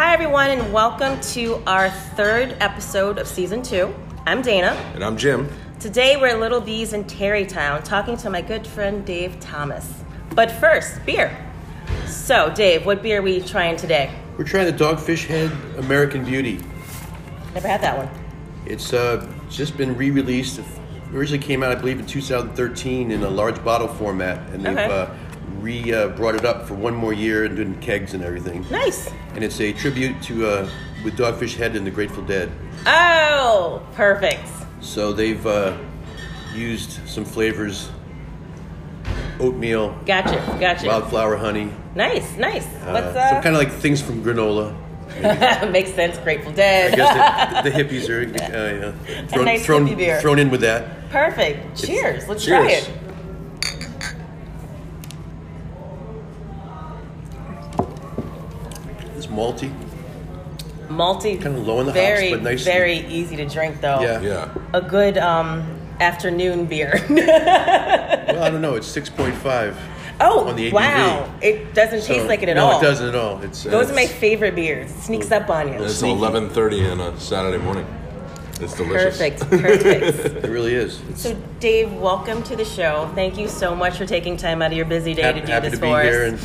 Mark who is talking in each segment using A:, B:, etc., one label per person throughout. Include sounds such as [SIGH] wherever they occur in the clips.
A: everyone, and welcome to our third episode of season two. I'm Dana.
B: And I'm Jim.
A: Today we're at Little Bees in Tarrytown talking to my good friend Dave Thomas. But first, beer. So, Dave, what beer are we trying today?
B: We're trying the Dogfish Head American Beauty.
A: Never had that one.
B: It's uh, just been re released. It originally came out, I believe, in 2013 in a large bottle format, and they've
A: Okay.
B: uh, re uh, brought it up for one more year and doing kegs and everything.
A: Nice.
B: And it's a tribute to uh, with Dogfish Head and the Grateful Dead.
A: Oh, perfect.
B: So they've uh, used some flavors oatmeal,
A: Gotcha, gotcha.
B: wildflower honey,
A: nice, nice.
B: uh,
A: What's uh?
B: some kind of like things from granola.
A: [LAUGHS] makes sense. Grateful Dead.
B: I guess the, the hippies are uh, yeah, thrown,
A: nice
B: thrown,
A: hippie beer.
B: thrown in with
A: [LAUGHS]
B: that.
A: Perfect. Cheers. Let's try
B: Cheers.
A: it.
B: It's malty.
A: Malty.
B: Kinda low in the hops,
A: very,
B: but nice and-
A: Very easy to drink, though.
B: Yeah.
C: Yeah.
A: A good um, afternoon beer. [LAUGHS]
B: Well, I don't know. It's six point five.
A: oh,
B: On the ABV.
A: wow. It doesn't taste like it at
B: no,
A: all.
B: it doesn't at all. It's uh,
A: Those are my
B: it's-
A: favorite beers. It sneaks up on you.
C: It's
B: Sneaky.
C: 11:30 on a Saturday morning. It's delicious.
A: Perfect.
B: [LAUGHS]
A: Perfect.
B: It really is. It's
A: so, Dave, welcome to the show. Thank you so much for taking time out of your busy day
B: happy,
A: to do
B: happy
A: this
B: to be
A: for us.
B: here and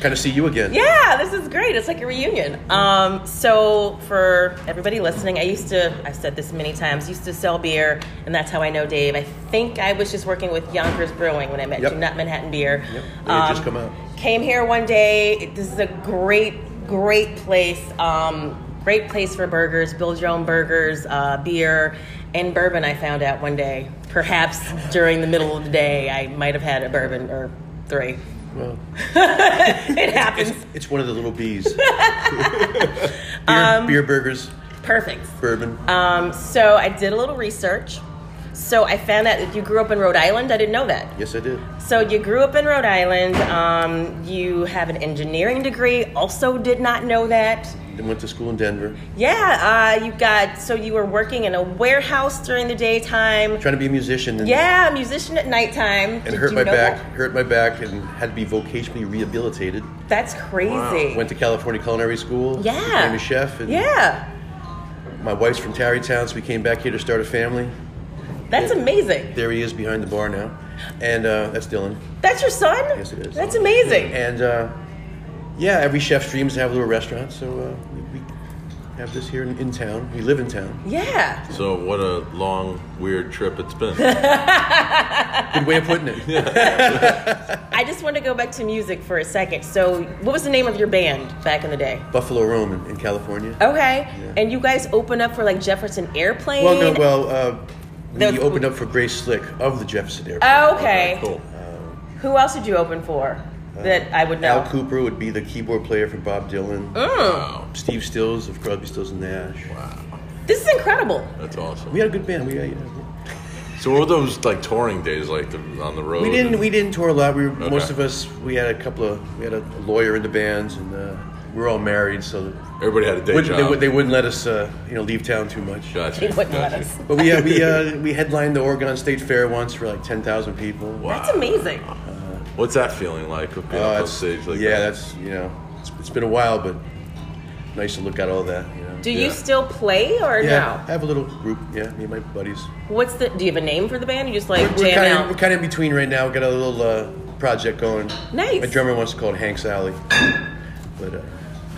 B: kind of see you again.
A: Yeah, this is great. It's like a reunion. Um, so for everybody listening, I used to I've said this many times, used to sell beer, and that's how I know Dave. I think I was just working with Yonkers Brewing when I met
B: Yep.
A: you, not Manhattan Beer. Um,
B: Yep, they had just come out.
A: Came here one day. It- This is a great, great place. Um, great place for burgers. Build your own burgers, uh, beer, and bourbon. I found out one day, perhaps during the middle of the day, I might have had a bourbon or three. [LAUGHS]
B: Well,
A: It happens.
B: it's one of the
A: [LAUGHS]
B: little bees. [LAUGHS] beer,
A: Um,
B: beer burgers,
A: Perfect.
B: bourbon.
A: Um, so I did a little research. So I found out that you grew up in Rhode Island. I didn't know that.
B: yes, I did.
A: So you grew up in Rhode Island. Um, you have an engineering degree. Also, did not know that.
B: Then went to school in Denver,
A: Yeah, uh, you got. So you were working in a warehouse during the daytime.
B: trying to be a musician. And,
A: Yeah, musician at nighttime.
B: And
A: Did
B: hurt
A: you
B: my
A: know
B: back,
A: that?
B: hurt my back, and had to be vocationally rehabilitated.
A: That's crazy.
B: Went to California Culinary School.
A: Yeah.
B: Became a chef. And
A: yeah,
B: My wife's from Tarrytown, so we came back here to start a family.
A: that's amazing.
B: There he is behind the bar now, and uh, that's Dylan.
A: That's your son.
B: Yes, it is.
A: That's amazing.
B: And uh, yeah, every chef's dreams to have a little restaurant, so uh, we, we have this here in, in town. We live in town.
A: Yeah.
C: So what a long weird trip it's
B: [LAUGHS]
C: been.
B: Good way of
C: [LAUGHS]
B: putting it.
A: I just want to go back to music for a second. So, what was the name of your band back in the day?
B: Buffalo Roam in, in California.
A: Okay. And you guys open up for like Jefferson Airplane?
B: Well, no, well, uh, we
A: That was-
B: opened up for Grace Slick of the Jefferson Airport.
A: Oh, Okay.
C: Cool.
A: Who else did you open for that I would know? Mm.
B: Uh, Al Cooper would be the keyboard player for Bob Dylan.
A: Oh.
C: Wow.
B: Steve Stills of Crosby, Stills and Nash.
C: Wow.
A: This is incredible.
C: That's
B: We
C: awesome.
B: had a good band. We, uh,
C: So what were those like touring days like the, on the road?
B: we didn't we didn't tour a lot. We were,
C: Okay.
B: most of us we had a couple of we had a lawyer in the bands and uh, we were all married, so
C: Everybody had a day
B: wouldn't,
C: job.
B: they, would- they wouldn't let us, uh, you know, leave town too much.
C: gotcha.
A: They wouldn't let
C: gotcha.
A: us.
B: But we uh,
C: [LAUGHS]
B: we uh, we headlined the Oregon State Fair once for like ten thousand people.
C: Wow.
A: That's amazing.
C: What's that feeling like? Being
B: Uh,
C: up on
B: it's-
C: stage like
B: yeah,
C: that?
B: that's you know, it's, it's been a while, but nice to look at all that. You know.
A: Do you
C: Yeah.
A: still play or
B: yeah, I
A: no?
B: have a little group. Yeah, me and my buddies.
A: What's the? Do you have a name for the band? You just like
B: we're
A: jam
B: kind of we're
A: out.
B: kind of in between right now. We got a little uh, project going.
A: Nice.
B: My drummer wants to call it Hank's Alley, but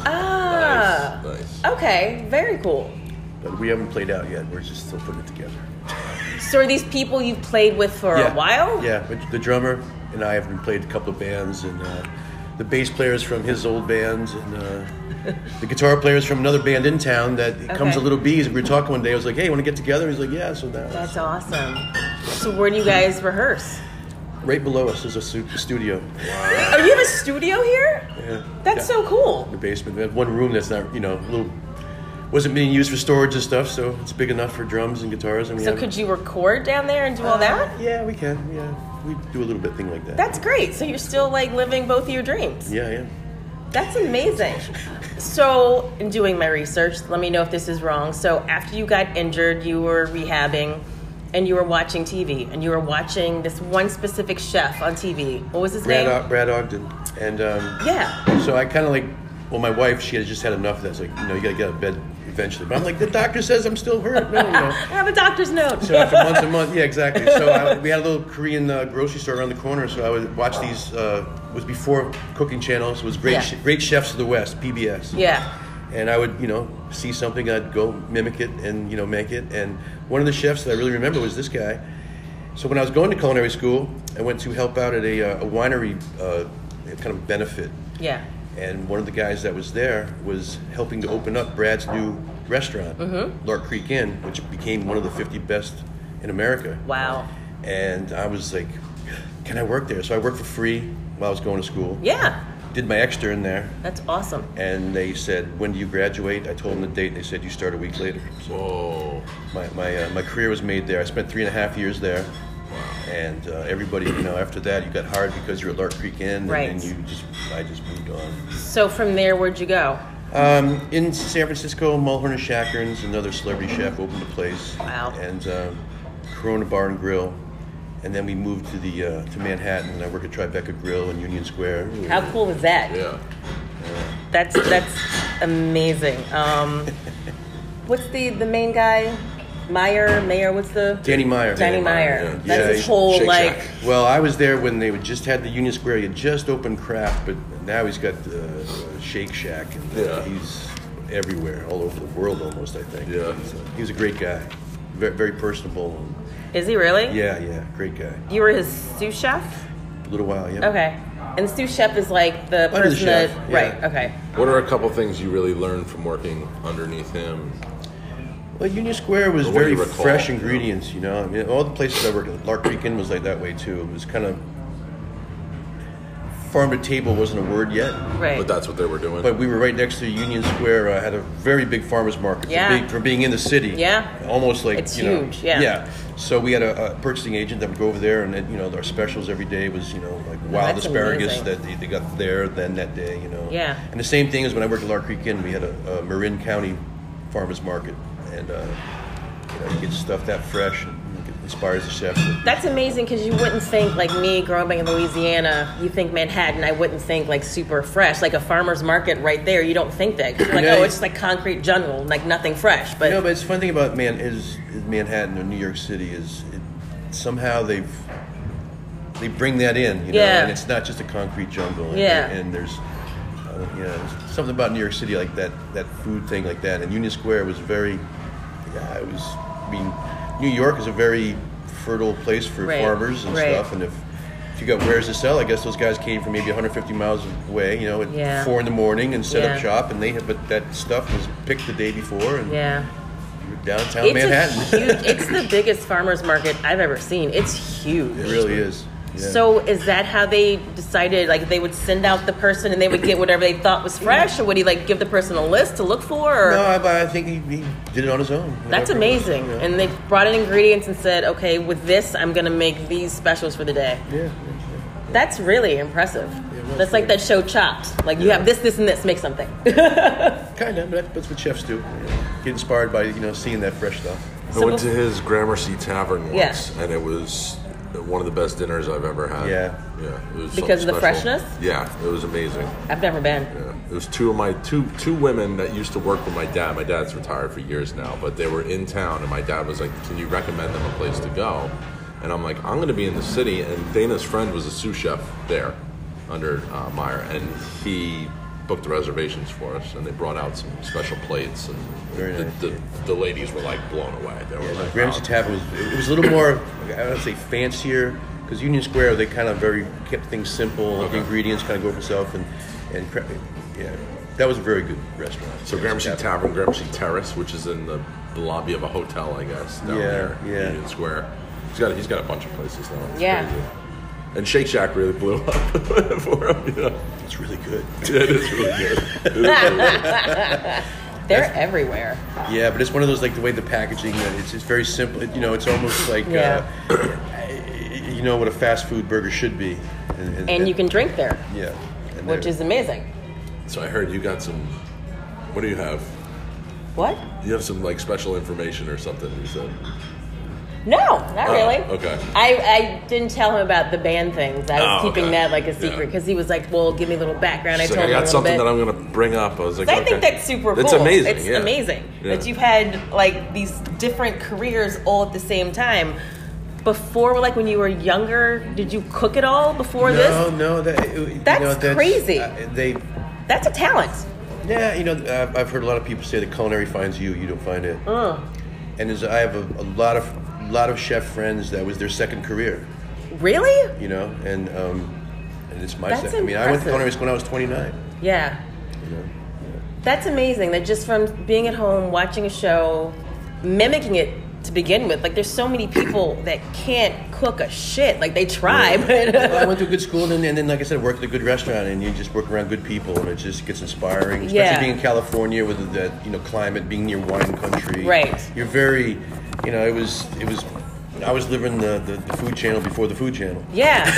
B: uh,
A: ah.
C: nice. nice.
A: Okay. Very cool.
B: but we haven't played out yet. We're just still putting it together.
A: So are these people you've played with for
B: yeah.
A: a while?
B: Yeah, but the drummer and I have been played a couple of bands, and uh, the bass player is from his old bands,
A: [LAUGHS]
B: and uh, the guitar player is from another band in town that it comes
A: Okay.
B: to Little Bees. We were talking one day. I was like, "Hey, want to get together?" He's like, "Yeah." So now
A: That's awesome. So where do you guys rehearse?
B: right below us is a su- studio.
A: Oh, you have a studio here?
B: Yeah.
A: That's
B: Yeah.
A: so cool.
B: The basement. We have one room that's not, you know, a little wasn't being used for storage and stuff, so it's big enough for drums and guitars. And we
A: So
B: have,
A: could you record down there and do all that?
B: Yeah, we can. Yeah, we do a little bit thing like that.
A: That's great. So you're still like living both of your dreams.
B: yeah, yeah.
A: That's amazing. So, in doing my research, let me know if this is wrong. So, after you got injured, you were rehabbing and you were watching TV and you were watching this one specific chef on TV. What was his
B: Brad,
A: name?
B: Og- Brad Ogden and. Um,
A: Yeah.
B: So I kind of like Well, my wife, she had just had enough of that. It's like, you know, you gotta get out of bed eventually. But I'm like, the doctor says I'm still hurt. No, no, no.
A: I have a doctor's note.
B: So after months and months, yeah, exactly. So I, we had a little Korean uh, grocery store around the corner. So I would watch these. Uh, was before Cooking Channel. So it was great,
A: Yeah.
B: Sh- great chefs of the West, PBS.
A: Yeah.
B: And I would, you know, see something, I'd go mimic it and you know make it. And one of the chefs that I really remember was this guy. So when I was going to culinary school, I went to help out at a, uh, a winery uh, kind of benefit.
A: yeah.
B: And one of the guys that was there was helping to open up Brad's new restaurant,
A: Mm-hmm.
B: Lark Creek Inn, which became one of the 50 best in America.
A: Wow.
B: And I was like, can I work there? So I worked for free while I was going to school.
A: Yeah.
B: Did my extern there.
A: That's awesome.
B: And they said, when do you graduate? I told them the date. They said, you start a week later. So
C: Whoa.
B: my, my, uh, my career was made there. I spent three and a half years there. And uh, everybody, you know, after that, you got hired because you're at Lark Creek Inn.
A: Right.
B: And then you just, I just moved on.
A: So from there, where'd you go?
B: Um, in San Francisco, Mulhern and Shackern's, another celebrity chef, opened a place.
A: Wow.
B: And um, Corona Bar and Grill. And then we moved to the uh, to Manhattan, and I work at Tribeca Grill in Union Square.
A: How cool was that?
C: Yeah.
A: That's that's amazing. Um, what's the the main guy? Meyer, Mayer. What's the
B: Danny Meyer.
A: Danny
C: Danny Meyer,
A: Meyer?
C: yeah.
A: That's
B: Yeah,
A: his
B: he's
A: whole
C: Shake
A: like.
C: Shack.
B: Well, I was there when they would just had the Union Square. He had just opened Kraft, but now he's got uh, Shake Shack, and uh,
C: Yeah.
B: he's everywhere, all over the world almost. I think.
C: Yeah.
B: So he was a great guy, very, very personable.
A: Is he really?
B: Yeah, yeah, great guy.
A: You were his sous chef.
B: A little while, yeah.
A: Okay. And sous chef is like the
B: Under the
A: person that.
B: chef, yeah.
A: Right. Okay.
C: What are a couple things you really learned from working underneath him?
B: Well, Union Square was
C: Or what do
B: very
C: you recall?
B: fresh ingredients, you know. I mean, all the places I worked at, Lark Creek Inn was like that way too. It was kind of farm to table wasn't a word yet,
A: Right.
C: But that's what they were doing.
B: but we were right next to Union Square. I had a very big farmers market
A: Yeah.
B: for, being, for being in the city.
A: Yeah.
B: almost like
A: It's
B: you know,
A: huge, yeah.
B: yeah. So we had a, a purchasing agent that would go over there, and then, you know our specials every day was you know like wild
A: that's
B: asparagus
A: amazing.
B: that they, they got there then that day, you know.
A: Yeah.
B: And the same thing is when I worked at Lark Creek Inn, we had a, a Marin County farmers market, and uh, you know you get stuff that fresh and it inspires the chefs. to-
A: That's amazing because you wouldn't think like me growing up in Louisiana. You think Manhattan, I wouldn't think like super fresh, like a farmer's market right there. You don't think that 'Cause you're like
B: Yeah,
A: oh,
B: you-
A: it's just like concrete jungle, like nothing fresh. But
B: You know, but it's fun thing about man is, is Manhattan or New York City is it, somehow they've they bring that in, you know,
A: Yeah.
B: and it's not just a concrete jungle. And,
A: Yeah.
B: and there's uh, you know there's something about New York City like that that food thing like that, and Union Square was very yeah it was I mean New York is a very fertile place for
A: Right,
B: farmers and
A: right.
B: stuff, and if if you got wares to sell, I guess those guys came from maybe 150 miles away, you know, at
A: Yeah.
B: four in the morning and set
A: Yeah.
B: up shop, and they had, but that stuff was picked the day before, and
A: yeah,
B: downtown
A: it's
B: Manhattan. [LAUGHS]
A: a huge. It's the biggest farmer's market I've ever seen. It's huge.
B: it really is. Yeah.
A: So is that how they decided? Like they would send out the person and they would get whatever they thought was fresh, or would he like give the person a list to look for? Or?
B: no, I, but I think he, he did it on his own.
A: That's
B: whatever it was,
A: amazing.
B: you know.
A: And they brought in ingredients and said, okay, with this, I'm going to make these specials for the day.
B: yeah, yeah,
A: That's really impressive.
B: was
A: That's like
B: really-
A: that show Chopped. Like you
B: Yeah.
A: have this, this, and this, make something. [LAUGHS]
B: yeah. kind of. But that's what chefs do. Get inspired by you know seeing that fresh stuff.
C: I went to his Gramercy Tavern once,
A: Yeah.
C: and it was one of the best dinners I've ever had.
B: Yeah.
C: yeah, it was
A: Because
C: something
A: of the
C: special.
A: freshness?
C: Yeah, it was amazing.
A: I've never been.
C: Yeah. It was two of my two two women that used to work with my dad. My dad's retired for years now, but they were in town, and my dad was like, "Can you recommend them a place to go?" And I'm like, "I'm going to be in the city." And Dana's friend was a sous chef there, under uh, Meyer, and he booked the reservations for us, and they brought out some special plates, and
B: Very
C: the,
B: nice.
C: the, the ladies were like blown away. They were like, "Oh,
B: Ramsey
C: "Wow."
B: Tavern was it was a little more I don't say fancier because Union Square they kind of very kept things simple.
C: Okay.
B: The ingredients kind of go for itself and and cra- yeah, that was a very good restaurant.
C: So Gramercy Tavern, Gramercy Terrace, which is in the, the lobby of a hotel, I guess, down
B: Yeah,
C: there,
B: yeah.
C: Union Square. He's got he's got a bunch of places now. It's
A: Yeah.
C: crazy. And Shake Shack really blew up [LAUGHS] for him. You know?
B: It's really good.
C: Yeah, it is really good. It is really good.
A: They're everywhere.
B: Yeah, but it's one of those like the way the packaging. uh, It's it's very simple. It- You know, it's almost like
A: Yeah.
B: uh, [CLEARS THROAT] you know what a fast food burger should be. And,
A: And you can drink there,
B: yeah, and
A: which
B: there-
A: is amazing.
C: So I heard you got some. What do you have?
A: What?
C: You have some like special information or something. You said
A: No, not
C: Oh,
A: really.
C: okay.
A: I, I didn't tell him about the band things. I was
C: Oh,
A: keeping
C: okay.
A: that like a
C: Yeah.
A: secret because he was like, "Well, give me a little background."
C: She's
A: I told
C: like, I
A: him a
C: got
A: little
C: something
A: bit.
C: that I'm going to bring up. I was like,
A: I think
C: okay.
A: that's super
C: It's
A: cool.
C: amazing.
A: It's
C: yeah.
A: amazing
C: Yeah. [LAUGHS]
A: that you've had like these different careers all at the same time. Before, like when you were younger, did you cook at all before
B: no,
A: this?
B: no, that, it- you
A: That's
B: know, that's
A: crazy.
B: I- they,
A: That's a talent.
B: yeah, you know, I've, I've heard a lot of people say that culinary finds you, you don't find it.
A: Mm.
B: And there's, I have a, a lot of lot of chef friends that was their second career,
A: Really?
B: you know, and um, and it's my.
A: That's
B: second. I mean, I went
A: impressive.
B: to culinary school when I was 29.
A: Yeah.
B: You know?
A: That's amazing that just from being at home, watching a show, mimicking it to begin with, like there's so many people that can't cook a shit. Like they try, [LAUGHS]
B: Well, I
A: but
B: went to a good school, and then, and then, like I said, worked at a good restaurant, and you just work around good people, and it just gets inspiring. Especially
A: Yeah.
B: being in California with that you know climate, being near wine country,
A: Right.
B: You're very, you know, it was it was. I was living the, the, the food channel before the food channel.
A: yeah.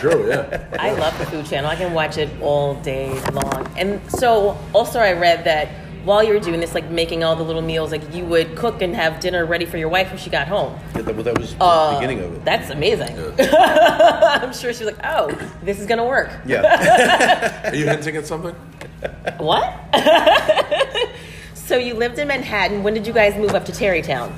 C: Sure, yeah.
A: I love the Food Channel. I can watch it all day long. And so, also, I read that while you were doing this, like making all the little meals, like you would cook and have dinner ready for your wife when she got home.
B: Yeah, that, well, that was
A: Oh,
B: the beginning of it.
A: That's amazing. [LAUGHS] I'm sure she was like, "Oh, this is gonna work." [LAUGHS]
B: yeah,
C: Are you hinting at something?
A: What? [LAUGHS] so you lived in Manhattan. When did you guys move up to Tarrytown?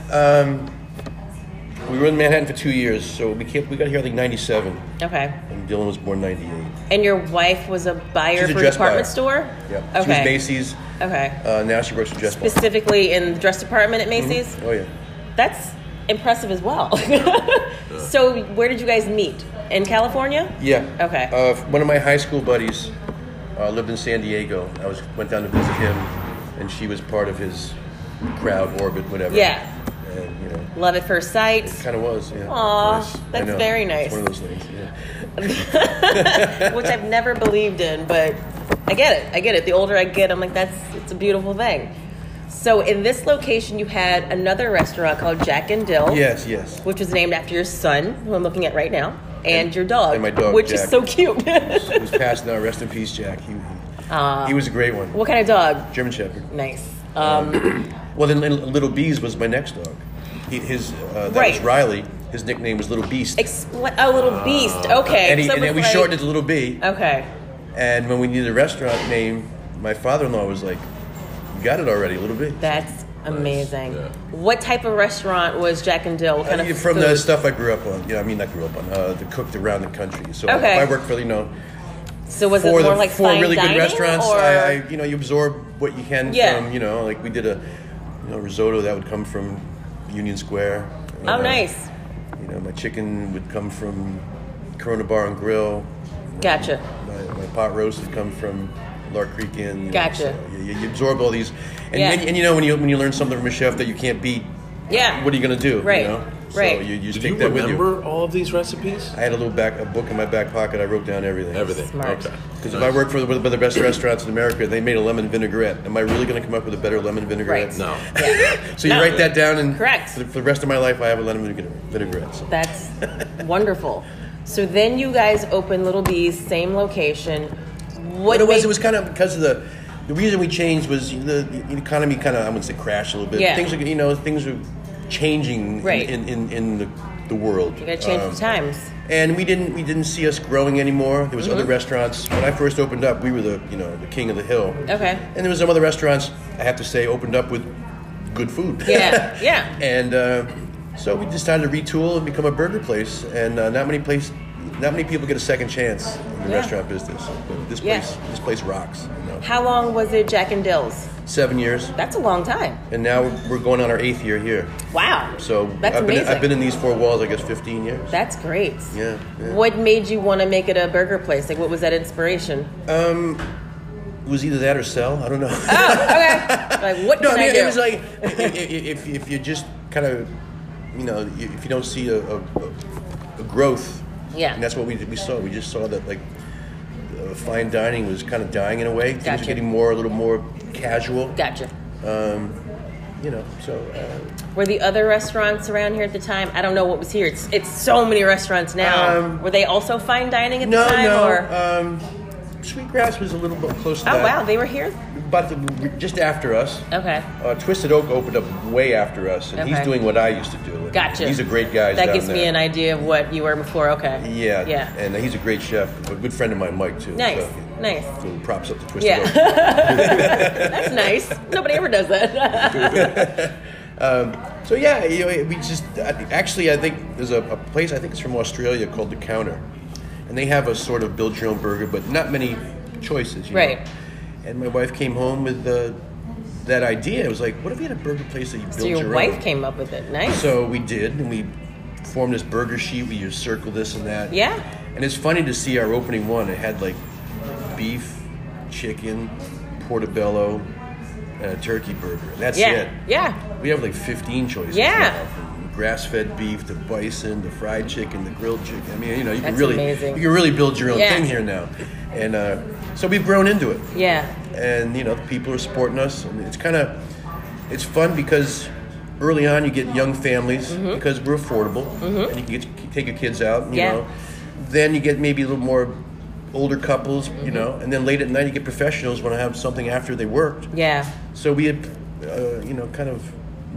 B: we were in Manhattan for two years, so we came, we got here I think '97,
A: okay.
B: and Dylan was born '98.
A: And your wife was a buyer
B: She's a
A: for a
B: dress
A: department
B: buyer.
A: store.
B: Yeah,
A: Okay.
B: she was Macy's.
A: Okay.
B: Uh, now she works for Just Bond.
A: Specifically in the dress department at Macy's.
B: Oh yeah,
A: That's impressive as well. [LAUGHS] so, where did you guys meet? In California?
B: yeah.
A: Okay.
B: Uh, one of my high school buddies uh, lived in San Diego. I was went down to visit him, and she was part of his crowd orbit, whatever.
A: Yeah.
B: And you know,
A: Love at first sight.
B: kind of was. Yeah.
A: Aw,
C: Nice.
B: I
A: that's
B: know.
A: very nice.
B: It's one of those things. Yeah.
A: which I've never believed in, but I get it. I get it. The older I get, I'm like, that's it's a beautiful thing. So, in this location, you had another restaurant called Jack and Dill.
B: Yes. Yes.
A: Which was named after your son, who I'm looking at right now, and, your dog.
B: and my dog,
A: Which is
B: Jack.
A: so cute. [LAUGHS]
B: He was passed now. Rest in peace, Jack. He, he, he was a great one.
A: what kind of dog?
B: German Shepherd.
A: Nice. Um,
B: Well, then Little, Little Bees was my next dog. He, his uh, that was
A: Right.
B: Riley. His nickname was Little Beast.
A: expl- oh, little beast. Okay.
B: Uh, and, he,
A: So it
B: and then we
A: was like-
B: shortened it to Little B.
A: Okay.
B: And when we needed a restaurant name, my father-in-law was like, "You got it already, Little B."
A: That's amazing.
C: Yeah.
A: What type of restaurant was Jack and Dill? What kind
B: Uh,
A: of
B: from
A: food?
B: the stuff I grew up on. Yeah, I mean, I grew up on uh, the cooked around the country. So
A: Okay.
B: if I worked for you know
A: so was it
B: four,
A: more
B: of the,
A: like
B: four
A: fine
B: really
A: dining,
B: good restaurants,
A: Or?
B: I, I you know you absorb what you can
A: Yeah.
B: from you know like we did a you know risotto that would come from Union Square.
A: oh,
B: Uh,
A: nice.
B: You know my chicken would come from Corona Bar and Grill.
A: Gotcha.
B: My, my pot roast would come from Lark Creek Inn. you know,
A: Gotcha.
B: so you, you absorb all these, and,
A: Yeah.
B: and, and you know when you when you learn something from a chef that you can't beat,
A: Yeah.
B: what are you gonna do?
A: Right.
B: You know?
A: Right.
B: So you, you
C: Did
B: stick
C: you
B: that with you.
C: remember all of these recipes?
B: I had a little back a book in my back pocket. I wrote down everything.
C: Everything.
A: Smart.
C: Okay.
B: Because if I worked for the, for the best restaurants in America, and they made a lemon vinaigrette. Am I really going to come up with a better lemon vinaigrette?
A: Right.
C: No.
B: So you
A: No.
B: write that down, and
A: Correct.
B: For the, for the rest of my life, I have a lemon vinaigrette. vinaigrette so. [LAUGHS]
A: That's wonderful. So then you guys open Little Bees, same location. What
B: But it was
A: made-
B: it was kind of because of the the reason we changed was the, the economy kind of I wouldn't say crashed a little bit.
A: Yeah.
B: Things are you know things are changing
A: Right.
B: in, in, in, in the the world.
A: you gotta change
B: Um,
A: the times.
B: And we didn't we didn't see us growing anymore. There was
A: Mm-hmm.
B: other restaurants when I first opened up. We were the you know the king of the hill.
A: Okay.
B: And there was some other restaurants I have to say opened up with good food. [LAUGHS]
A: Yeah, yeah.
B: and uh, so we decided to retool and become a burger place. And uh, not many place not many people get a second chance in the
A: Yeah.
B: restaurant business. This
A: Yeah.
B: place this place rocks. You know.
A: How long was it Jack and Dill's?
B: Seven years.
A: That's a long time.
B: And now we're going on our eighth year here.
A: Wow.
B: So
A: that's
B: I've been
A: amazing.
B: I've been in these four walls I guess 15 years.
A: that's great.
B: Yeah, yeah.
A: What made you want to make it a burger place? Like, what was that inspiration? [LAUGHS]
B: It was either that or sell. I don't know. [LAUGHS]
A: Oh, Like, what
B: No,
A: can
B: I
A: I,
B: mean,
A: do?
B: it was like i- i- i- if, if you just kind of, you know, i- if you don't see a, a, a growth,
A: Yeah.
B: and that's what we we saw. We just saw that like uh, fine dining was kind of dying in a way. Things
A: Gotcha.
B: are getting more a little more casual.
A: gotcha.
B: You know, so uh,
A: Were the other restaurants around here at the time? I don't know what was here. It's it's so many restaurants now.
B: Um,
A: Were they also fine dining at
B: no,
A: the time? or?
B: no. Um, Sweetgrass was a little bit close to
A: oh
B: that.
A: wow, they were here.
B: But the, just after us.
A: Okay.
B: Uh, Twisted Oak opened up way after us, and he's
A: Okay.
B: doing what I used to do,
C: and
A: Gotcha.
B: He's a great guy. He's
A: That
B: down
A: gives me
B: there.
A: an idea of what you were before. Okay.
B: Yeah,
A: Yeah.
B: and he's a great chef, a good friend of mine, Mike too.
A: Nice, nice.
B: So props up to Twisted
A: yeah. [LAUGHS]
B: Oak.
A: That's nice. Nobody ever does that.
B: So yeah, you know, we just I think- actually I think there's a, a place I think it's from Australia called the Counter, and they have a sort of build your own burger, but not many choices. You know?
A: Right.
B: And my wife came home with uh, that idea. It was like, what if we had a burger place that you build
A: so your
B: your
A: wife
B: own?
A: came up with it. Nice.
B: So we did, and we formed this burger sheet. We used circle this and that.
A: Yeah.
B: And it's funny to see our opening one. It had like beef, chicken, portobello, and a turkey burger. And that's
A: yeah.
B: it.
A: Yeah.
B: We have like 15 choices.
A: Yeah.
B: now, from grass-fed beef to bison to fried chicken to grilled chicken. I mean, you know, you can
A: That's
B: really
A: amazing.
B: you can really build your own
A: Yeah.
B: thing here now, and uh, so we've grown into it
A: Yeah.
B: and you know the people are supporting us and it's kind of it's fun because early on you get young families because we're affordable and you can get, take your kids out you
A: Mm-hmm. Yeah.
B: know then you get maybe a little more older couples
A: Mm-hmm.
B: you know and then late at night you get professionals want to have something after they worked
A: Yeah.
B: so we had uh, you know kind of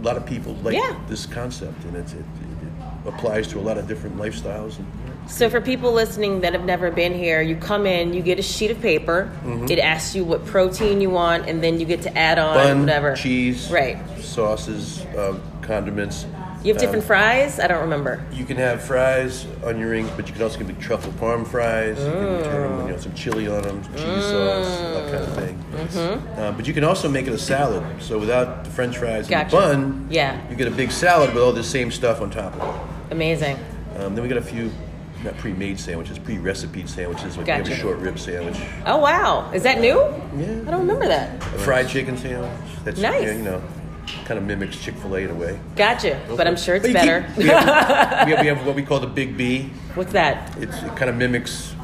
B: a lot of people like
A: Yeah.
B: this concept and it's, it, it applies to a lot of different lifestyles and
A: So for people listening that have never been here, you come in, you get a sheet of paper.
B: Mm-hmm.
A: It asks you what protein you want, and then you get to add on
B: bun
A: whatever
B: cheese
A: Right.
B: sauces uh, condiments
A: You have
B: um,
A: different fries. I don't remember.
B: You can have fries on your rings, but you can also get big truffle parm fries. You can turn them, you know, some chili on them, some cheese sauce,
A: Mm.
B: that kind of thing.
A: Mm-hmm.
B: Uh, but you can also make it a salad. So without the French fries and
A: Gotcha.
B: the bun,
A: Yeah.
B: you get a big salad with all the same stuff on top of
A: Amazing.
B: it. Um, then we got a few, not pre-made sandwiches, pre-recipe sandwiches. Like we have
A: Gotcha.
B: a short rib sandwich,
A: Oh wow, is that new?
B: Yeah.
A: I don't remember that.
B: a fried chicken sandwich. That's
A: Nice.
B: yeah, you know, kind of mimics Chick Fil A in a way.
A: Gotcha. But I'm sure it's
B: But you
A: better.
B: keep- we, have, we have- we have what we call the Big B.
A: [LAUGHS] What's that?
B: It's, it kind of mimics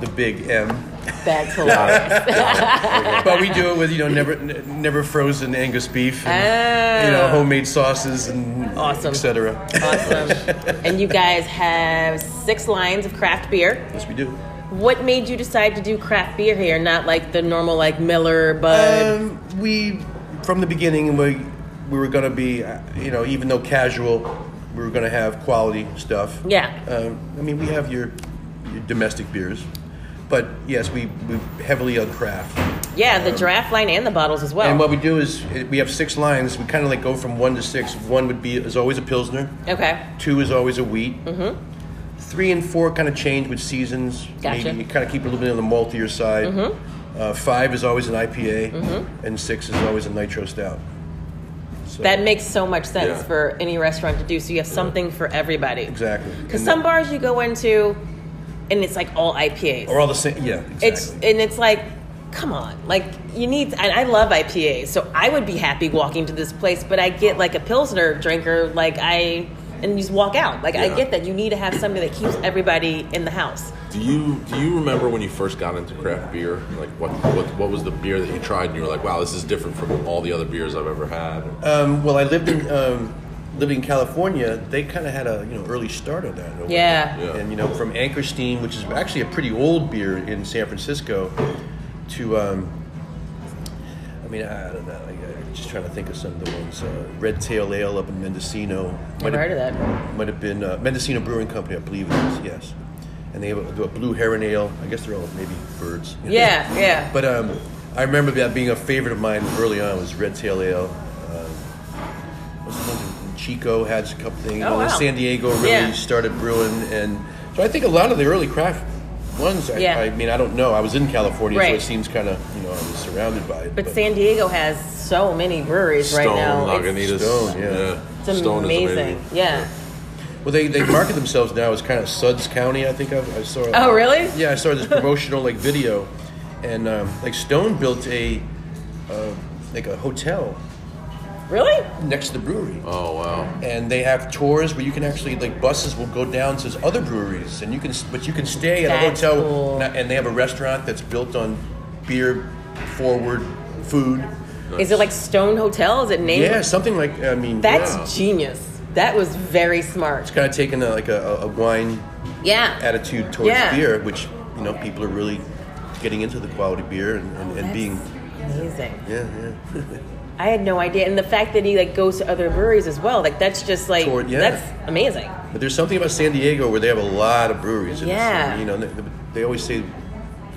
B: the Big M.
A: That's hilarious.
B: but we do it with you know never n- never frozen Angus beef, and,
A: Ah.
B: you know homemade sauces and
A: Awesome.
B: etc.
A: awesome. And you guys have six lines of craft beer.
B: Yes, we do.
A: What made you decide to do craft beer here, not like the normal like Miller, Bud?
B: Um, we from the beginning we we were gonna be uh, you know even though casual, we were gonna have quality stuff.
A: yeah.
B: Um, I mean we have your, your domestic beers, but yes we we heavily on craft.
A: Yeah, the draft line and the bottles as well.
B: And what we do is eh, we have six lines. We kind of like go from one to six. One would be is always a pilsner.
A: okay.
B: Two is always a wheat. Three and four kind of change with seasons.
A: Mm-hmm. Gotcha. Mm-hmm.
B: Maybe you kind of keep it a little bit on the maltier side. Uh, five is always an IPA, and six is always a nitro stout. So,
A: That makes so much sense
C: Yeah.
A: for any restaurant to do. So you have something for everybody.
B: exactly
A: Because
B: And
A: some bars you go into, and it's like all IPAs.
B: are all the same. Yeah, exactly.
A: It's and it's like, come on, like you need. And I love IPAs, so I would be happy walking to this place. But I get like a pilsner drinker, like I, and you just walk out. Like I
C: Yeah.
A: get that you need to have something that keeps everybody in the house.
C: Do you do you remember when you first got into craft beer? Like what what, what was the beer that you tried and you were like, wow, this is different from all the other beers I've ever had?
B: um, well, I lived in um, living in California. They kind of had a you know early start on that. over
A: Yeah.
B: there.
C: Yeah.
B: and you know from Anchor Steam, which is actually a pretty old beer in San Francisco, to um, I mean I don't know. Like, I'm just trying to think of some of the ones. Uh, Red Tail Ale up in Mendocino.
A: Never heard of that.
B: Might have been uh, Mendocino Brewing Company, I believe it is. Yes, and they have a, do a Blue Heron Ale. I guess they're all maybe birds.
A: Yeah, yeah.
B: But um, I remember that being a favorite of mine early on was Red Tail Ale. Um, what's the one? Chico had a couple things.
A: Oh,
B: and
A: wow.
B: then San Diego really
A: Yeah.
B: started brewing, and so I think a lot of the early craft ones. I,
A: Yeah.
B: I mean, I don't know. I was in California, so
A: Right.
B: it seems kind of you know I was surrounded by it.
A: But San Diego has so many breweries
C: Stone,
A: right now. It's-
C: Lagunitas,
B: Stone, yeah.
A: It's
C: Stone
A: amazing.
C: is amazing.
A: Yeah.
B: well, they, they market themselves now as kind of Suds County. I think I, I saw.
A: Oh, really?
B: Yeah, I saw this promotional like video, and um, like Stone built a uh, like a hotel
A: Really?
B: next to the brewery.
C: Oh wow.
B: and they have tours where you can actually like buses will go down to other breweries and you can but you can stay at
A: That's
B: a hotel
A: cool.
B: and- and they have a restaurant that's built on beer forward food
A: Is it like Stone Hotel? Is it named?
B: yeah something like i mean
A: That's
B: yeah.
A: genius. That was very smart.
B: kind of taking a, like a, a wine
A: Yeah.
B: attitude towards
A: Yeah.
B: beer which you know people are really getting into the quality beer and, and, and being
A: Amazing.
B: yeah yeah
A: I had no idea. And the fact that he like goes to other breweries as well, like that's just like
B: Toward- yeah.
A: that's amazing.
B: But there's something about San Diego where they have a lot of breweries. And it's,
A: Yeah.
B: You know, they, they always say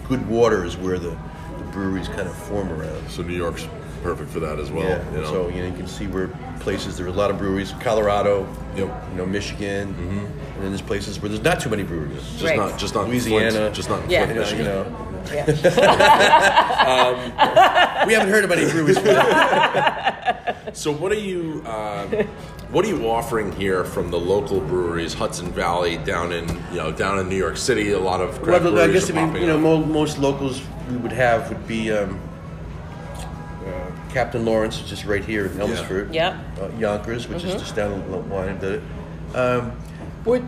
B: good water is where the, the breweries kind of form around.
C: So New York's perfect for that as well.
B: yeah.
C: You know?
B: So you know you can see where places there are a lot of breweries. Colorado.
C: Yep.
B: You know Michigan. Mm-hmm. And then there's places where there's not too many breweries.
C: just
A: Right.
C: not just not in
B: Louisiana.
C: Flint, just not in
A: Yeah.
C: Flint,
B: You know, you
C: Michigan.
B: know, [LAUGHS]
A: Yeah.
B: we haven't heard about any [LAUGHS] breweries. But
C: So what are you uh,
A: [LAUGHS]
C: what are you offering here from the local breweries, Hudson Valley, down in you know down in New York City? A lot of craft
B: I
C: breweries
B: guess
C: are
B: I mean
C: popping
B: you know
C: up.
B: mo- most locals we would have would be um, uh, Captain Lawrence, which is right here in Elmsford.
A: Yep.
B: uh, Yonkers, which is just down in Lo- Wine and did it. Um, boy,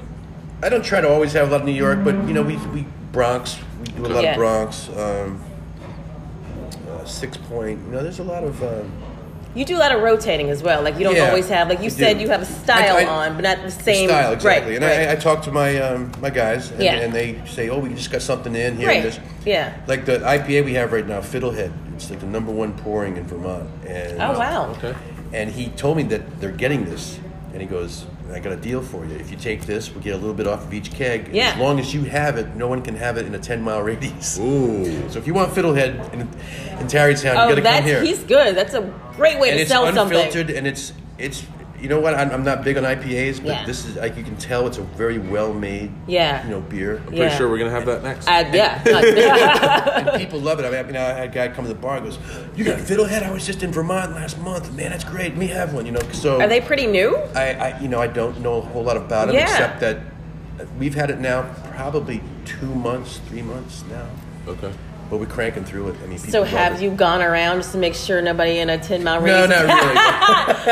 B: I don't try to always have a lot of New York, but you know, we, we Bronx, we do a lot
A: Yeah.
B: of Bronx. Um, uh, six point, you know, there's a lot of. Um,
A: You do a lot of rotating as well. Like you don't
B: Yeah,
A: always have like you
B: I
A: said
B: do.
A: you have a style
B: I- I-
A: on, but not the same
B: style exactly.
A: Right,
B: and
A: right.
B: I, I talk to my um, my guys, and,
A: Yeah.
B: and they say, "Oh, we just got something in here."
A: Right.
B: And this.
A: Yeah.
B: Like the IPA we have right now, Fiddlehead. It's like the number one pouring in Vermont. And uh,
A: oh wow.
C: okay.
B: And he told me that they're getting this, and he goes, "I got a deal for you. If you take this, we get a little bit off of each keg. and
A: Yeah.
B: As long as you have it, no one can have it in a ten mile radius.
C: Ooh,
B: So if you want Fiddlehead in, in Tarrytown,
A: Oh,
B: you got to come
A: that's
B: here.
A: he's good. That's a great way
B: and
A: to
B: it's
A: sell
B: unfiltered,
A: something.
B: and it's it's. You know what? I'm, I'm not big on IPAs, but
A: Yeah.
B: this is like you can tell it's a very well made.
A: Yeah.
B: You know, beer.
A: Yeah.
C: pretty sure we're gonna have that next.
A: I,
B: [LAUGHS]
A: yeah.
B: and people love it. I mean, I, mean, I had a guy come to the bar and goes, "You got Fiddlehead? I was just in Vermont last month. Man, that's great. Let me have one." You know, so
A: Are they pretty new?
B: I, I you know I don't know a whole lot about it
A: Yeah.
B: except that we've had it now probably two months, three months now,
C: okay.
B: but we're cranking through it. I mean, people
A: So
B: love
A: have
B: it.
A: you gone around just to make sure nobody in a ten mile
B: No,
A: radius? [LAUGHS]
B: not really.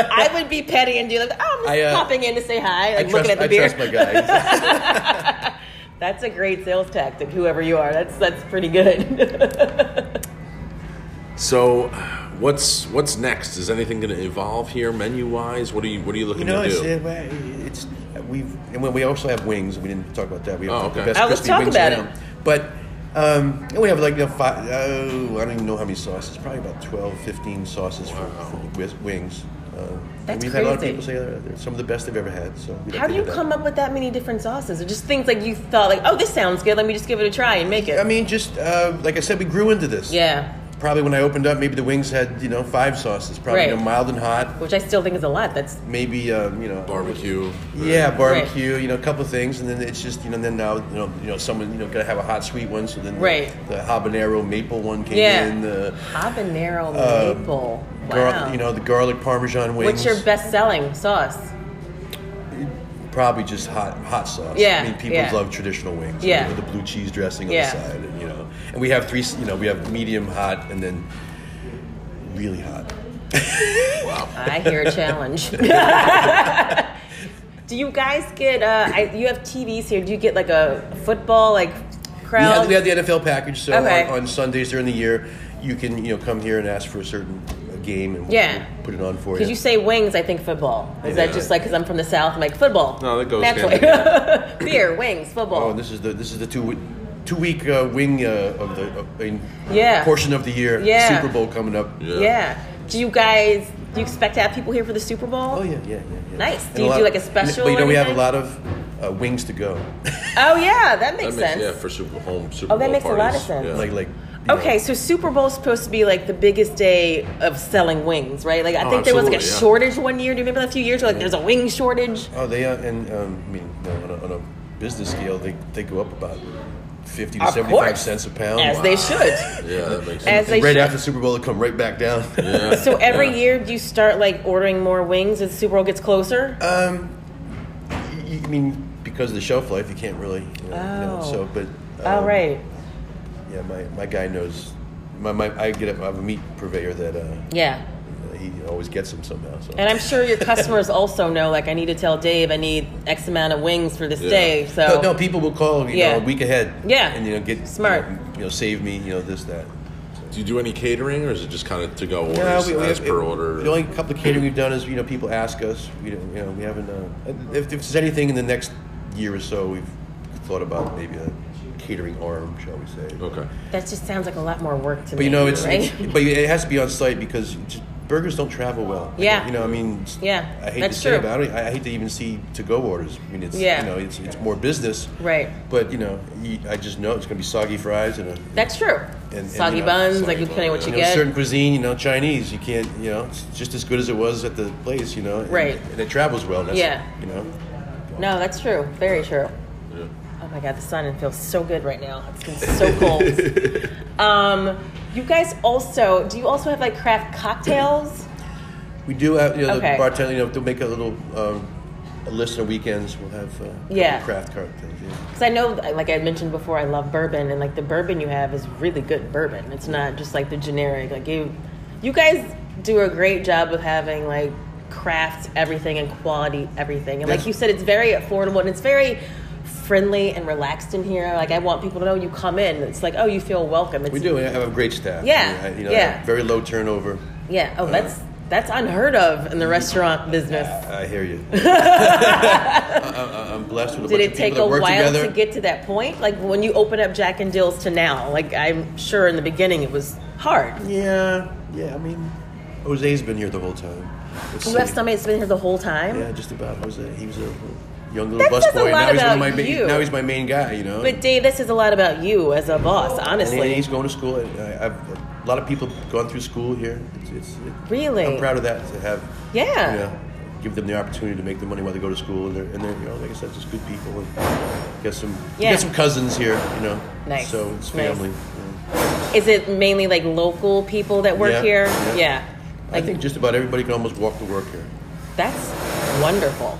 A: I would be petty and do like, oh, I'm just
B: I, uh,
A: popping in to say hi,
B: I
A: like
B: trust,
A: looking at the
B: I
A: beer.
B: trust my guy.
A: That's a great sales tactic, whoever you are. That's that's pretty good.
B: [LAUGHS]
C: So, what's what's next? Is anything going to evolve here, menu wise? What are you What are you looking
B: You know,
C: to
B: it's,
C: do?
B: uh, well, it's we've and we- we also have wings. We didn't talk about that. We have
C: Oh,
B: the
C: okay.
B: best
A: Oh, let's
B: crispy
A: talk
B: wings
A: about it.
B: around. But um, and we have like you know, five, oh, I don't even know how many sauces. Probably about 12, 15 sauces for, for the wi- wings. Uh, and
A: That's
B: we've had a lot of
A: crazy.
B: people say they're, they're some of the best they've ever had. So we'd like
A: How
B: to
A: do you
B: hear that.
A: come up with that many different sauces? Or just things like you thought, like, oh, this sounds good. Let me just give it a try and make it.
B: I mean, just uh, like I said, we grew into this.
A: yeah,
B: Probably when I opened up, maybe the wings had you know five sauces. Probably you
A: Right.
B: know, mild and hot.
A: which I still think is a lot. That's
B: Maybe um, you know
C: Barbecue.
B: Yeah, barbecue. You know, a couple of things, and then it's just you know. Then now you know, you know, someone you know gotta have a hot sweet one. So then the-
A: Right.
B: the, habanero maple one came
A: Yeah.
B: in. The
A: habanero
B: Uh,
A: maple.
B: gar-
A: Wow.
B: you know the garlic parmesan wings.
A: What's your best selling
B: [LAUGHS]
A: sauce?
B: Probably just hot hot sauce.
A: Yeah,
B: I mean, people
A: yeah.
B: love traditional wings.
A: Yeah.
B: with the blue cheese dressing
A: Yeah.
B: on the side, and, you know. And we have three. You know, we have medium hot, and then really hot.
A: I hear a
B: [LAUGHS]
A: challenge. do you guys get, uh, I, you have TVs here. Do you get like a football, like
B: We
A: crowd?
B: have, we have the NFL package, so
A: Okay.
B: on, on Sundays during the year, you can you know come here and ask for a certain uh, game, and we'll-
A: Yeah.
B: we'll put it on for you.
A: Because you say wings, I think football. Is that
C: Yeah.
A: just like because I'm from the South? I'm like football.
C: No, that goes
A: naturally.
C: hand
A: [LAUGHS]
C: in
A: Beer, wings,
B: Oh,
A: football.
B: and this is the this is the two w- two week uh, wing uh, of the uh, in-
A: Yeah.
B: portion of the year.
A: Yeah.
B: Super Bowl coming up.
A: yeah. Do you guys? Do you expect to have people here for the Super Bowl?
B: Oh yeah, yeah, yeah. yeah.
A: Nice.
B: And
A: Do you
B: lot-
A: do, like, a special
B: But you know
A: or
B: we have a
A: anything?
B: lot of uh, wings to go. [LAUGHS]
A: Oh, yeah, that
C: That
A: makes
C: makes-
A: sense.
C: Yeah, for Super home Super
A: Oh, that
C: Bowl
A: makes a lot
C: parties.
A: of sense.
C: Yeah.
B: like like. you
A: okay,
B: know,
A: so Super Bowl is supposed to be like the biggest day of selling wings, right? Like I
C: Oh,
A: think there was like a
C: absolutely, yeah.
A: shortage one year. Do you remember that a few years? ago? Like there's a wing shortage.
B: Oh, they uh, and um, I mean no, on, a, on a business scale they they go up about fifty to
A: Of
B: seventy five
A: course.
B: cents a
C: Oh,
B: pound.
A: As they
C: [LAUGHS]
A: should.
C: Yeah, that makes
A: As
C: sense.
A: they
B: And right
A: should.
B: after the Super Bowl, they come right back down.
C: Yeah.
A: [LAUGHS] so every
C: Yeah.
A: year, do you start like ordering more wings as the Super Bowl gets closer?
B: [LAUGHS]
C: Uh,
B: I mean, because of the shelf life, you can't really. You know, you know,
A: Oh.
B: so, but
A: All
B: um,
A: right.
B: Yeah, my, my guy knows. My, my I get a, I have a meat purveyor that uh,
A: Yeah.
B: he always gets them somehow. So
A: And I'm sure your
B: [LAUGHS]
A: customers also know, like, I need to tell Dave I need X amount of wings for this
C: Yeah.
A: day. So,
B: no, no, people will call you
A: Yeah.
B: know a week ahead.
A: Yeah.
B: and you know get
A: Smart.
B: You know, you know, save me. You know this that.
C: do you do any catering, or is it just kind of to go orders
B: No, we- we
C: as
B: have-
C: per order?
B: The only couple of catering we've done is you know people ask us. We don't, you know we haven't. Uh, if, if there's anything in the next year or so, we've thought about maybe a catering arm, shall we say?
C: okay.
A: that just sounds like a lot more work to me.
B: But you know, it's,
A: right?
B: it's but it has to be on site because it's- burgers don't travel well.
A: Yeah.
B: You know, I mean, it's-
A: Yeah,
B: I hate
A: that's
B: to say
A: true.
B: about it. I I hate to even see to go orders. I mean, it's
A: Yeah.
B: you know, it's it's more business.
A: [LAUGHS] Right.
B: But you know, you, I just know it's going to be soggy fries and a
A: That's true.
B: and,
A: soggy
B: you know,
A: buns,
C: soggy
A: like you depending on
C: buns,
A: what you,
B: you know,
A: get.
B: certain cuisine. You know, Chinese. You can't. You know, it's just as good as it was at the place. You know. and-
A: Right.
B: And it travels well. and That's,
A: Yeah.
B: You know.
A: No, that's true. Very true. Oh my god, the sun feels so good right now. It's been so cold.
B: [LAUGHS]
A: um, you guys also do you also have like craft cocktails?
B: We do have, you know,
A: Okay.
B: the bartender, you know, to make a little um, a list on weekends. We'll have uh, a couple
A: Yeah.
B: craft cocktails. Yeah.
A: Because I know, like I mentioned before, I love bourbon, and like the bourbon you have is really good bourbon. It's not just like the generic. Like you, you guys do a great job of having like craft everything and quality everything. And like
B: That's-
A: you said, it's very affordable and it's very friendly and relaxed in here. Like I want people to know you come in. It's like oh, you feel welcome. It's,
B: We do. We have a great staff.
A: Yeah,
B: I mean, I- you know,
A: yeah.
B: Very low turnover.
A: Yeah.
B: Uh-huh.
A: Oh, that's that's unheard of in the restaurant business.
B: I hear
A: [LAUGHS]
B: you. I, I, I'm blessed with a
A: Did
B: bunch
A: it
B: of
A: take
B: people
A: a
B: that work
A: while
B: together.
A: to get to that point? Like when you open up Jack and Dill's to now, like I'm sure in the beginning it was hard.
B: yeah, yeah. I mean, Jose's been here the whole time. Let's
A: You have
B: see.
A: somebody that's been here the whole time,
B: Yeah, just about. Jose, he was a young
A: That
B: little
A: says a lot
B: busboy. Now he's one of
A: about
B: my
A: you.
B: main, now he's my main guy. You know.
A: but Dave, this is a lot about you as a boss,
B: and, he- and
A: honestly.
B: he's going to school. and I, I've a lot of people have gone through school here. It's, it's, it-
A: Really?
B: I'm proud of that to have
A: Yeah.
B: you know, give them the opportunity to make the money while they go to school, and they're, and they're you know, like I said, just good people, and get some
A: Yeah.
B: get some cousins here, you know.
A: Nice.
B: So it's
A: Nice.
B: family. yeah.
A: Is it mainly like local people that work
B: Yeah,
A: here?
B: yeah.
A: Yeah.
B: I think just about everybody can almost walk to work here.
A: that's wonderful.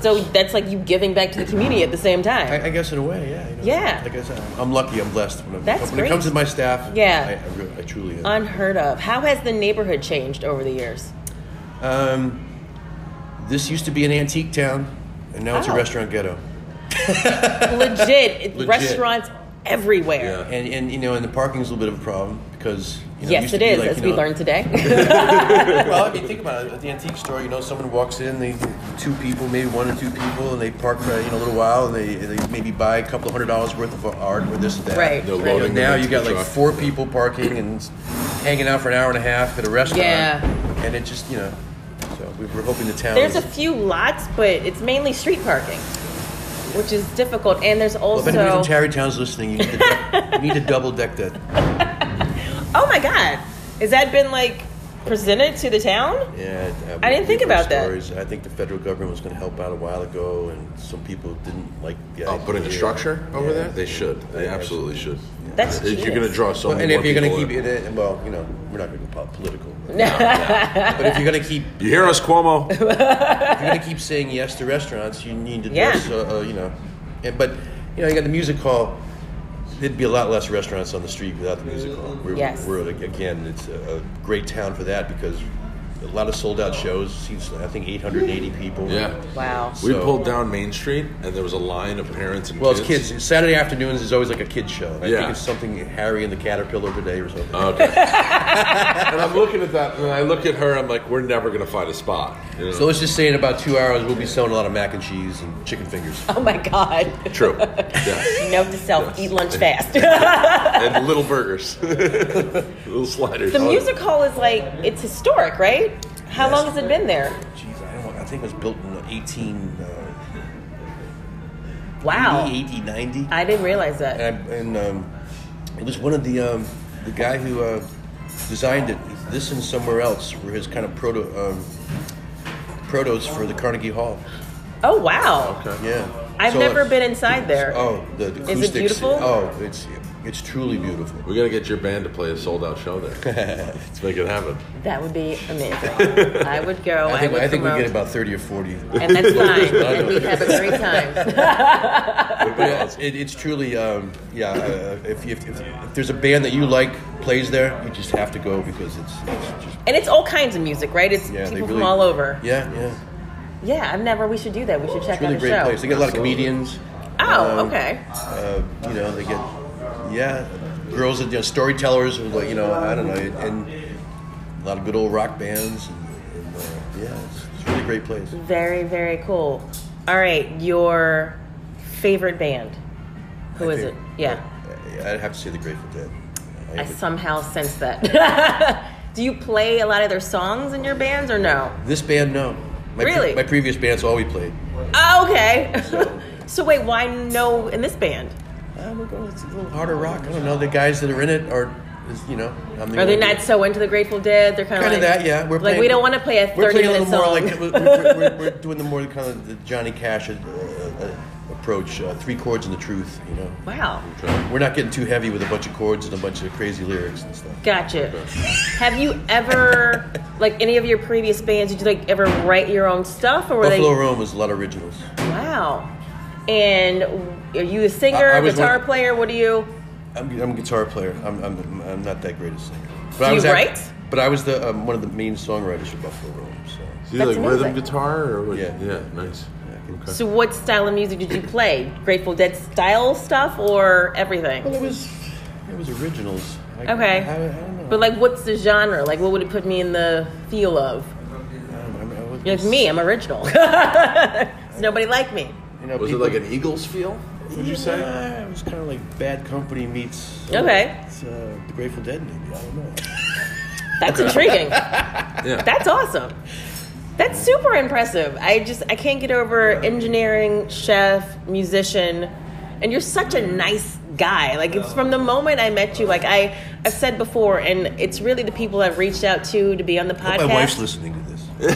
A: So that's like you giving back to the community at the same time.
B: I, I guess in a way, yeah. You know,
A: Yeah.
B: Like I said, I'm, I'm lucky. I'm blessed when, I'm,
A: That's
B: when
A: great.
B: it comes to my staff.
A: Yeah.
B: I, I, re- I truly am.
A: unheard of. How has the neighborhood changed over the
B: [LAUGHS]
A: years?
B: um, this used to be an antique town, and now it's a
A: Oh.
B: restaurant ghetto.
A: Legit, it-
B: Legit.
A: restaurants everywhere.
C: Yeah.
B: And, and you know, and the parking's a little bit of a problem because you know,
A: Yes,
B: used
A: it
B: to be
A: is,
B: like,
A: as
B: you
A: we
B: know,
A: learned today.
B: [LAUGHS] well, I mean, think about it. At the antique store, you know, someone walks in, they two people, maybe one or two people, and they park for you know, a little while, and they, they maybe buy a couple of hundred dollars worth of art or this or that.
A: Right.
C: They're
A: Right.
B: You know,
C: loading them
B: now
C: into
B: you got
C: the
B: like
C: truck.
B: four people parking and hanging out for an hour and a half at a restaurant.
A: Yeah.
B: And it just, you know, so we were hoping the town.
A: there's a
B: was-
A: few lots, but it's mainly street parking, which is difficult. And there's
B: well, if anybody
A: also
B: from Tarrytown's listening, you
A: [LAUGHS]
B: need to, you need to double deck that.
A: oh my god, has that been like presented to the town?
B: Yeah, uh,
A: I didn't think
B: we've heard
A: about that.
B: stories. I think the federal government was going to help out a while ago, and some people didn't like. the
C: Oh,
B: idea.
C: putting a structure over there? They should. They
B: Yeah,
C: absolutely should.
A: That's
C: If You're
A: genius.
C: going to draw so
B: Well,
C: many
B: and if
C: more
B: you're going to
C: people
B: keep
C: in.
B: it, in- well, you know, we're not going to go po-
C: [LAUGHS]
B: political. but if you're going to keep, if
C: You hear
A: [LAUGHS]
C: us, Cuomo?
B: you're going to keep saying yes to restaurants, you need to,
A: Yeah.
B: dress, uh, uh, you know, and, but you know, you got the music hall. There'd be a lot less restaurants on the street without the music hall. We're,
A: Yes.
B: we're like, again, it's a, a great town for that because a lot of sold out shows. Seems I think 880 people.
C: Yeah.
A: Wow.
C: We
B: So-
C: pulled down Main Street, and there was a line of parents and
B: Well,
C: kids.
B: it's kids. Saturday afternoons is always like a kid show. I
C: Yeah.
B: think it's something Harry and the Caterpillar today or something.
C: Okay. [LAUGHS] and I'm looking at that, and I look at her. I'm like, we're never gonna find a spot. You know?
B: so let's just say in about two hours we'll be selling a lot of mac and cheese and chicken fingers.
A: Oh my god.
C: true. Yeah.
A: Note to self:
C: Yes.
A: eat lunch fast. [LAUGHS]
C: And little burgers, [LAUGHS] little sliders. Oh,
A: the music hall is like it's historic, right? How
B: Yes.
A: long has it been there?
B: Jeez, I don't. know. I think it was built in 18, uh,
A: Wow.
B: 80, 80, 90.
A: I didn't realize that.
B: and I, and um, it was one of the um, the guy who uh, designed it. This and somewhere else were his kind of proto um, protos for the Carnegie Hall.
A: Oh wow.
B: Yeah,
A: I've
B: So,
A: never
B: uh,
A: been inside there.
B: Oh, the, the
A: Is it
B: acoustics.
A: beautiful?
B: Oh, it's it's truly beautiful.
C: We gotta get your band to play a sold out show there. [LAUGHS] Let's make it happen.
A: That would be
B: [LAUGHS]
A: amazing. Oh, I would go.
B: I think,
A: would
B: I think we
A: promote.
B: get about 30 or 40.
A: and
B: [LAUGHS]
A: that's fine. and we'd have a great time.
B: Yeah, it's, it, it's truly, um, yeah. Uh, if, you, if, if there's a band that you like plays there, you just have to go because it's, it's just
A: And it's all kinds of music, right? It's
B: yeah.
A: people from all over. Yeah.
B: Yeah, yeah.
A: I've never. We should do that. We should check
B: It's really
A: out a
B: great
A: show.
B: place. They get a lot of
C: Absolutely.
B: comedians.
A: Oh,
B: Um,
A: okay.
B: Uh, you know, they get yeah, girls that you know, storytellers. who, Like you know, I don't know, and a lot of good old rock bands. And, and uh, yeah, it's, it's a really great place.
A: Very, very cool. All right, your favorite band? Who
B: My
A: is it?
B: favorite-
A: Yeah,
B: I'd have to say the Grateful Dead.
A: I somehow sense that. [LAUGHS] Do you play a lot of their songs in your bands or no?
B: This band, no. My pre-
A: Really?
B: my previous band's all we played.
A: Oh, okay. [LAUGHS] so wait, why no in this band?
B: I don't know, it's a little harder rock. I don't know. The guys that are in it are, is, you know, I'm the
A: Are they
B: only-
A: not so into the Grateful Dead? They're kind of
B: Kind of
A: like,
B: that, yeah. We're
A: like
B: playing-
A: we don't want to play a
B: We're
A: thirty
B: playing a
A: minute
B: little more
A: song.
B: like we're, we're, we're, we're doing the more kind of the Johnny Cash uh, uh, uh, approach, uh, three chords and the truth. You know,
A: [LAUGHS] wow,
B: we're not getting too heavy with a bunch of chords and a bunch of crazy lyrics and stuff.
A: gotcha. Have you ever, like any of your previous bands, did you like ever write your own stuff, or were
B: Buffalo
A: they?
B: Roam was a lot of originals.
A: Wow. And are you a singer,
B: I- I was
A: guitar
B: one-
A: player? What do you?
B: I'm, I'm a guitar player. I'm, I'm, I'm not that great a singer. But
A: Do you
B: act-
A: write?
B: But I was the um, one of the main songwriters for Buffalo Roam. So
C: Do you
A: That's
C: like rhythm
A: amazing.
C: guitar or what?
B: Yeah.
C: nice. Okay.
A: So what style of music did you play? Grateful Dead style stuff or
B: well,
A: everything?
B: it was it was originals. I,
A: Okay.
B: I, I don't know.
A: But like, what's the genre? Like, what would it put me in the feel of?
B: I don't remember. I was-
A: You're like me, I'm original. [LAUGHS] There's nobody like me.
B: You know,
C: Was it
B: people-
C: like an Eagles feel? Would you say?
B: Uh, it was kind of like Bad Company meets uh,
A: Okay.
B: it's, uh, the Grateful Dead, maybe. I don't know.
A: That's intriguing.
C: [LAUGHS] Yeah.
A: That's awesome. That's super impressive. I just I can't get over engineering, chef, musician, and you're such a nice guy. Like it's from the moment I met you. Like I I've said before, and it's really the people I've reached out to to be on the podcast.
B: My wife's listening to this.
A: Your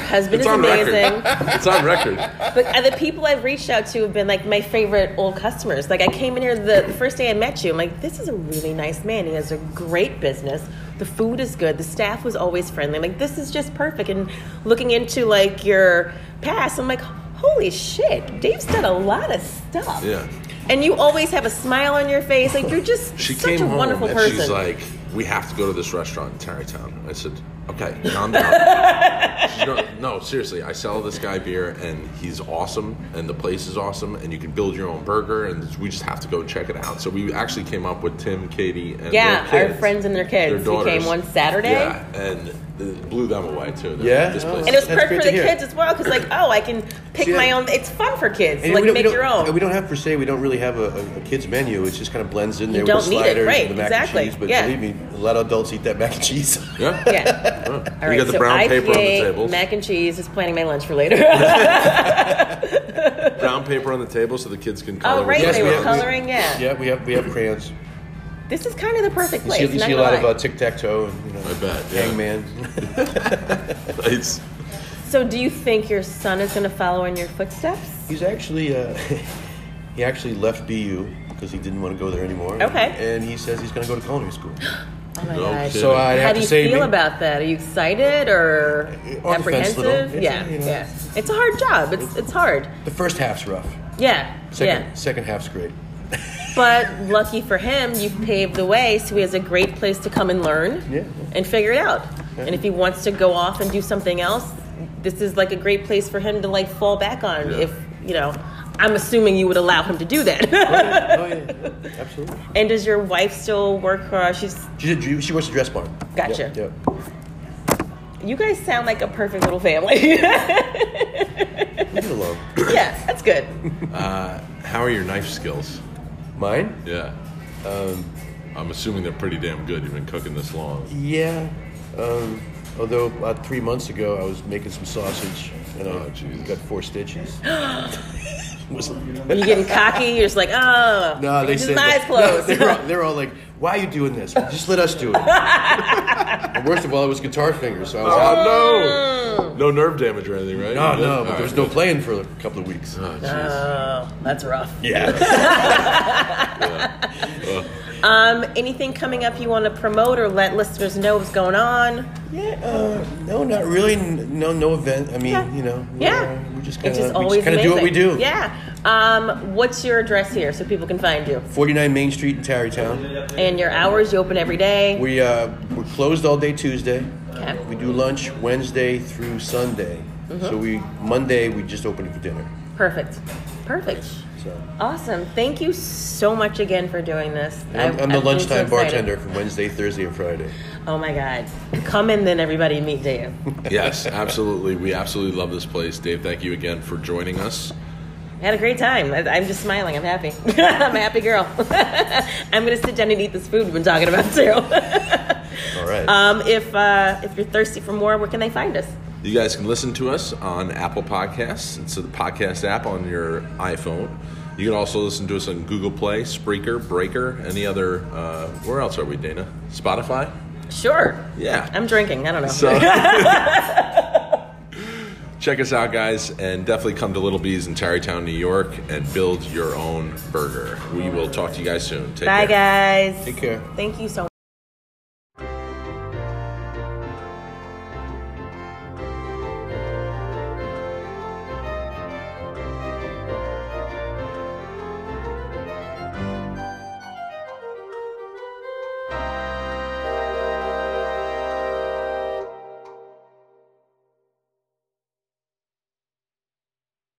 A: husband
C: It's
A: is
C: on [LAUGHS]
A: amazing.
C: record. It's on record. [LAUGHS]
A: But uh, the people I've reached out to have been like my favorite old customers. Like I came in here the, the first day I met you. I'm like, this is a really nice man. He has a great business. The food is good. The staff was always friendly. I'm like, this is just perfect. And looking into like your past, I'm like, holy shit, Dave's done a lot of stuff.
C: Yeah.
A: And you always have a smile on your face. Like you're just
C: She
A: such
C: came
A: a
C: home
A: wonderful
C: and
A: person.
C: she's like, "We have to go to this restaurant in Tarrytown." I said,
A: [LAUGHS]
C: "Okay, calm down." She's going, no, seriously, I sell this guy beer, and he's awesome, and the place is awesome, and you can build your own burger, and we just have to go check it out. So we actually came up with Tim, Katie, and
A: yeah,
C: their
A: our
C: kids,
A: friends and their
C: their
A: kids. we
C: daughters.
A: came one Saturday.
C: Yeah, and it blew them away too. They're
B: Yeah?
C: like, This
B: Oh.
C: place
A: And it's
B: That's great
A: perfect for
B: to
A: the
B: hear.
A: kids as well, because like, oh, I can pick
B: See,
A: my
B: I-
A: own. It's fun for kids.
B: And
A: like
B: we don't-
A: make
B: we don't-
A: your own.
B: and We don't have per se. We don't really have a, a, a kids menu. It just kind of blends in there with
A: don't
B: the
A: need it,
B: sliders
A: right,
B: and the mac
A: exactly,
B: and cheese. But
A: yeah.
B: believe me, a lot of adults eat that [LAUGHS] mac and cheese.
C: Yeah.
B: [LAUGHS]
A: yeah.
C: Yeah.
A: All
C: you
A: right,
C: got the
A: so
C: brown
A: IPA,
C: paper on the tables.
A: Mac and cheese is planning my lunch for later. [LAUGHS]
C: brown paper on the table so the kids can color.
A: oh,
C: with
A: right,
C: it.
B: Yes,
A: they
B: we
A: were
B: have-
A: coloring. Yeah.
B: yeah, we have we have crayons.
A: this is kind of the perfect
B: You
A: place.
B: see, you
A: not
B: see a
A: gonna
B: lot of
A: lie.
B: uh, tic tac toe and you know,
C: I bet, yeah.
B: hangman.
C: [LAUGHS]
B: [LAUGHS]
C: It's
B: uh,
A: so, do you think your son is going to follow in your footsteps?
B: He's actually uh, [LAUGHS] he actually left BU because he didn't want to go there anymore.
A: Okay.
B: And he says he's going to go to
A: [GASPS]
B: culinary school.
A: Oh my
C: No
A: gosh.
C: kidding.
B: So uh, I
A: How do
B: have to
A: you
B: say,
A: feel
B: me-
A: about that? Are you excited or
B: On the fence a little.
A: apprehensive?
B: It's,
A: yeah,
B: you know.
A: yeah. It's a hard job. It's it's hard.
B: the first half's rough.
A: Yeah,
B: Second,
A: yeah.
B: second
A: [LAUGHS]
B: half's great.
A: But lucky for him, you've paved the way, so he has a great place to come and learn
B: Yeah.
A: and figure it out. And if he wants to go off and do something else, this is like a great place for him to like fall back on.
C: Yeah.
A: If you know, I'm assuming you would allow him to do
B: [LAUGHS]
A: that.
B: oh yeah, absolutely.
A: [LAUGHS] and does your wife still work? Her? She's.
B: She, she, she works at Dress Barn.
A: Gotcha.
B: Yep, yep.
A: You guys sound like a perfect little family. [LAUGHS] yeah,
B: Leave
A: [LAUGHS]
B: it alone.
A: that's good.
C: uh, how are your knife skills?
B: Mine?
C: Yeah.
B: Um,
C: I'm assuming they're pretty damn good. You've been cooking this long.
B: Yeah. Um, although about three months ago I was making some sausage and
C: Oh,
B: I
C: jeez.
B: got four stitches. Was-
A: Are you getting cocky? You're just like, oh,
B: no, they
A: his
B: said
A: eyes
B: that- [LAUGHS]
A: closed.
B: No,
A: [LAUGHS]
B: they're, all, they're all like, "Why are you doing this? Just let us do it." and worst of all, it was guitar fingers, so I was out.
C: Oh no! No nerve damage or anything, right?
B: No,
C: You're good?
B: no,
C: All
B: but
C: right,
B: there was no
C: good.
B: playing for a couple of weeks.
C: Oh, jeez.
A: oh, that's rough.
B: Yeah.
A: Um, anything coming up you want to promote or let listeners know what's going on?
B: Yeah, uh, no, not really. N- No, no event. I mean,
A: Yeah.
B: you know, we're,
A: Yeah.
B: we just
A: Which
B: kind
A: is
B: of we
A: always
B: just kind of do what we
A: amazing.
B: do.
A: Yeah. Um, what's your address here so people can find you?
B: 49 Main Street in Tarrytown.
A: And your hours, you open every day.
B: We uh, we're closed all day Tuesday.
A: Okay.
B: We do lunch Wednesday through Sunday.
A: Mm-hmm.
B: So we Monday we just open for dinner.
A: Perfect. Perfect.
B: So
A: Awesome. Thank you so much again for doing this. I-
B: I'm, I'm the
A: I'm so
B: lunchtime
A: excited.
B: bartender from Wednesday, Thursday, and Friday.
A: Oh my God. Come in then, everybody, meet Dave.
C: Yes, absolutely. We absolutely love this place, Dave. Thank you again for joining us.
A: I had a great time. I, I'm just smiling. I'm happy. [LAUGHS] I'm a happy girl. I'm going to sit down and eat this food we've been talking about too. [LAUGHS]
B: All right.
A: Um, if uh, if you're thirsty for more, where can they find us?
C: You guys can listen to us on Apple Podcasts. It's the podcast app on your iPhone. You can also listen to us on Google Play, Spreaker, Breaker, any other. Uh, where else are we, Dana? Spotify?
A: Sure.
C: Yeah.
A: I'm drinking. I don't know.
C: [LAUGHS] So check us out, guys, and definitely come to Little Bees in Tarrytown, New York, and build your own burger. We will talk to you guys soon.
A: [LAUGHS]
C: Take
A: Bye,
C: care.
A: guys.
B: Take care.
A: Thank you so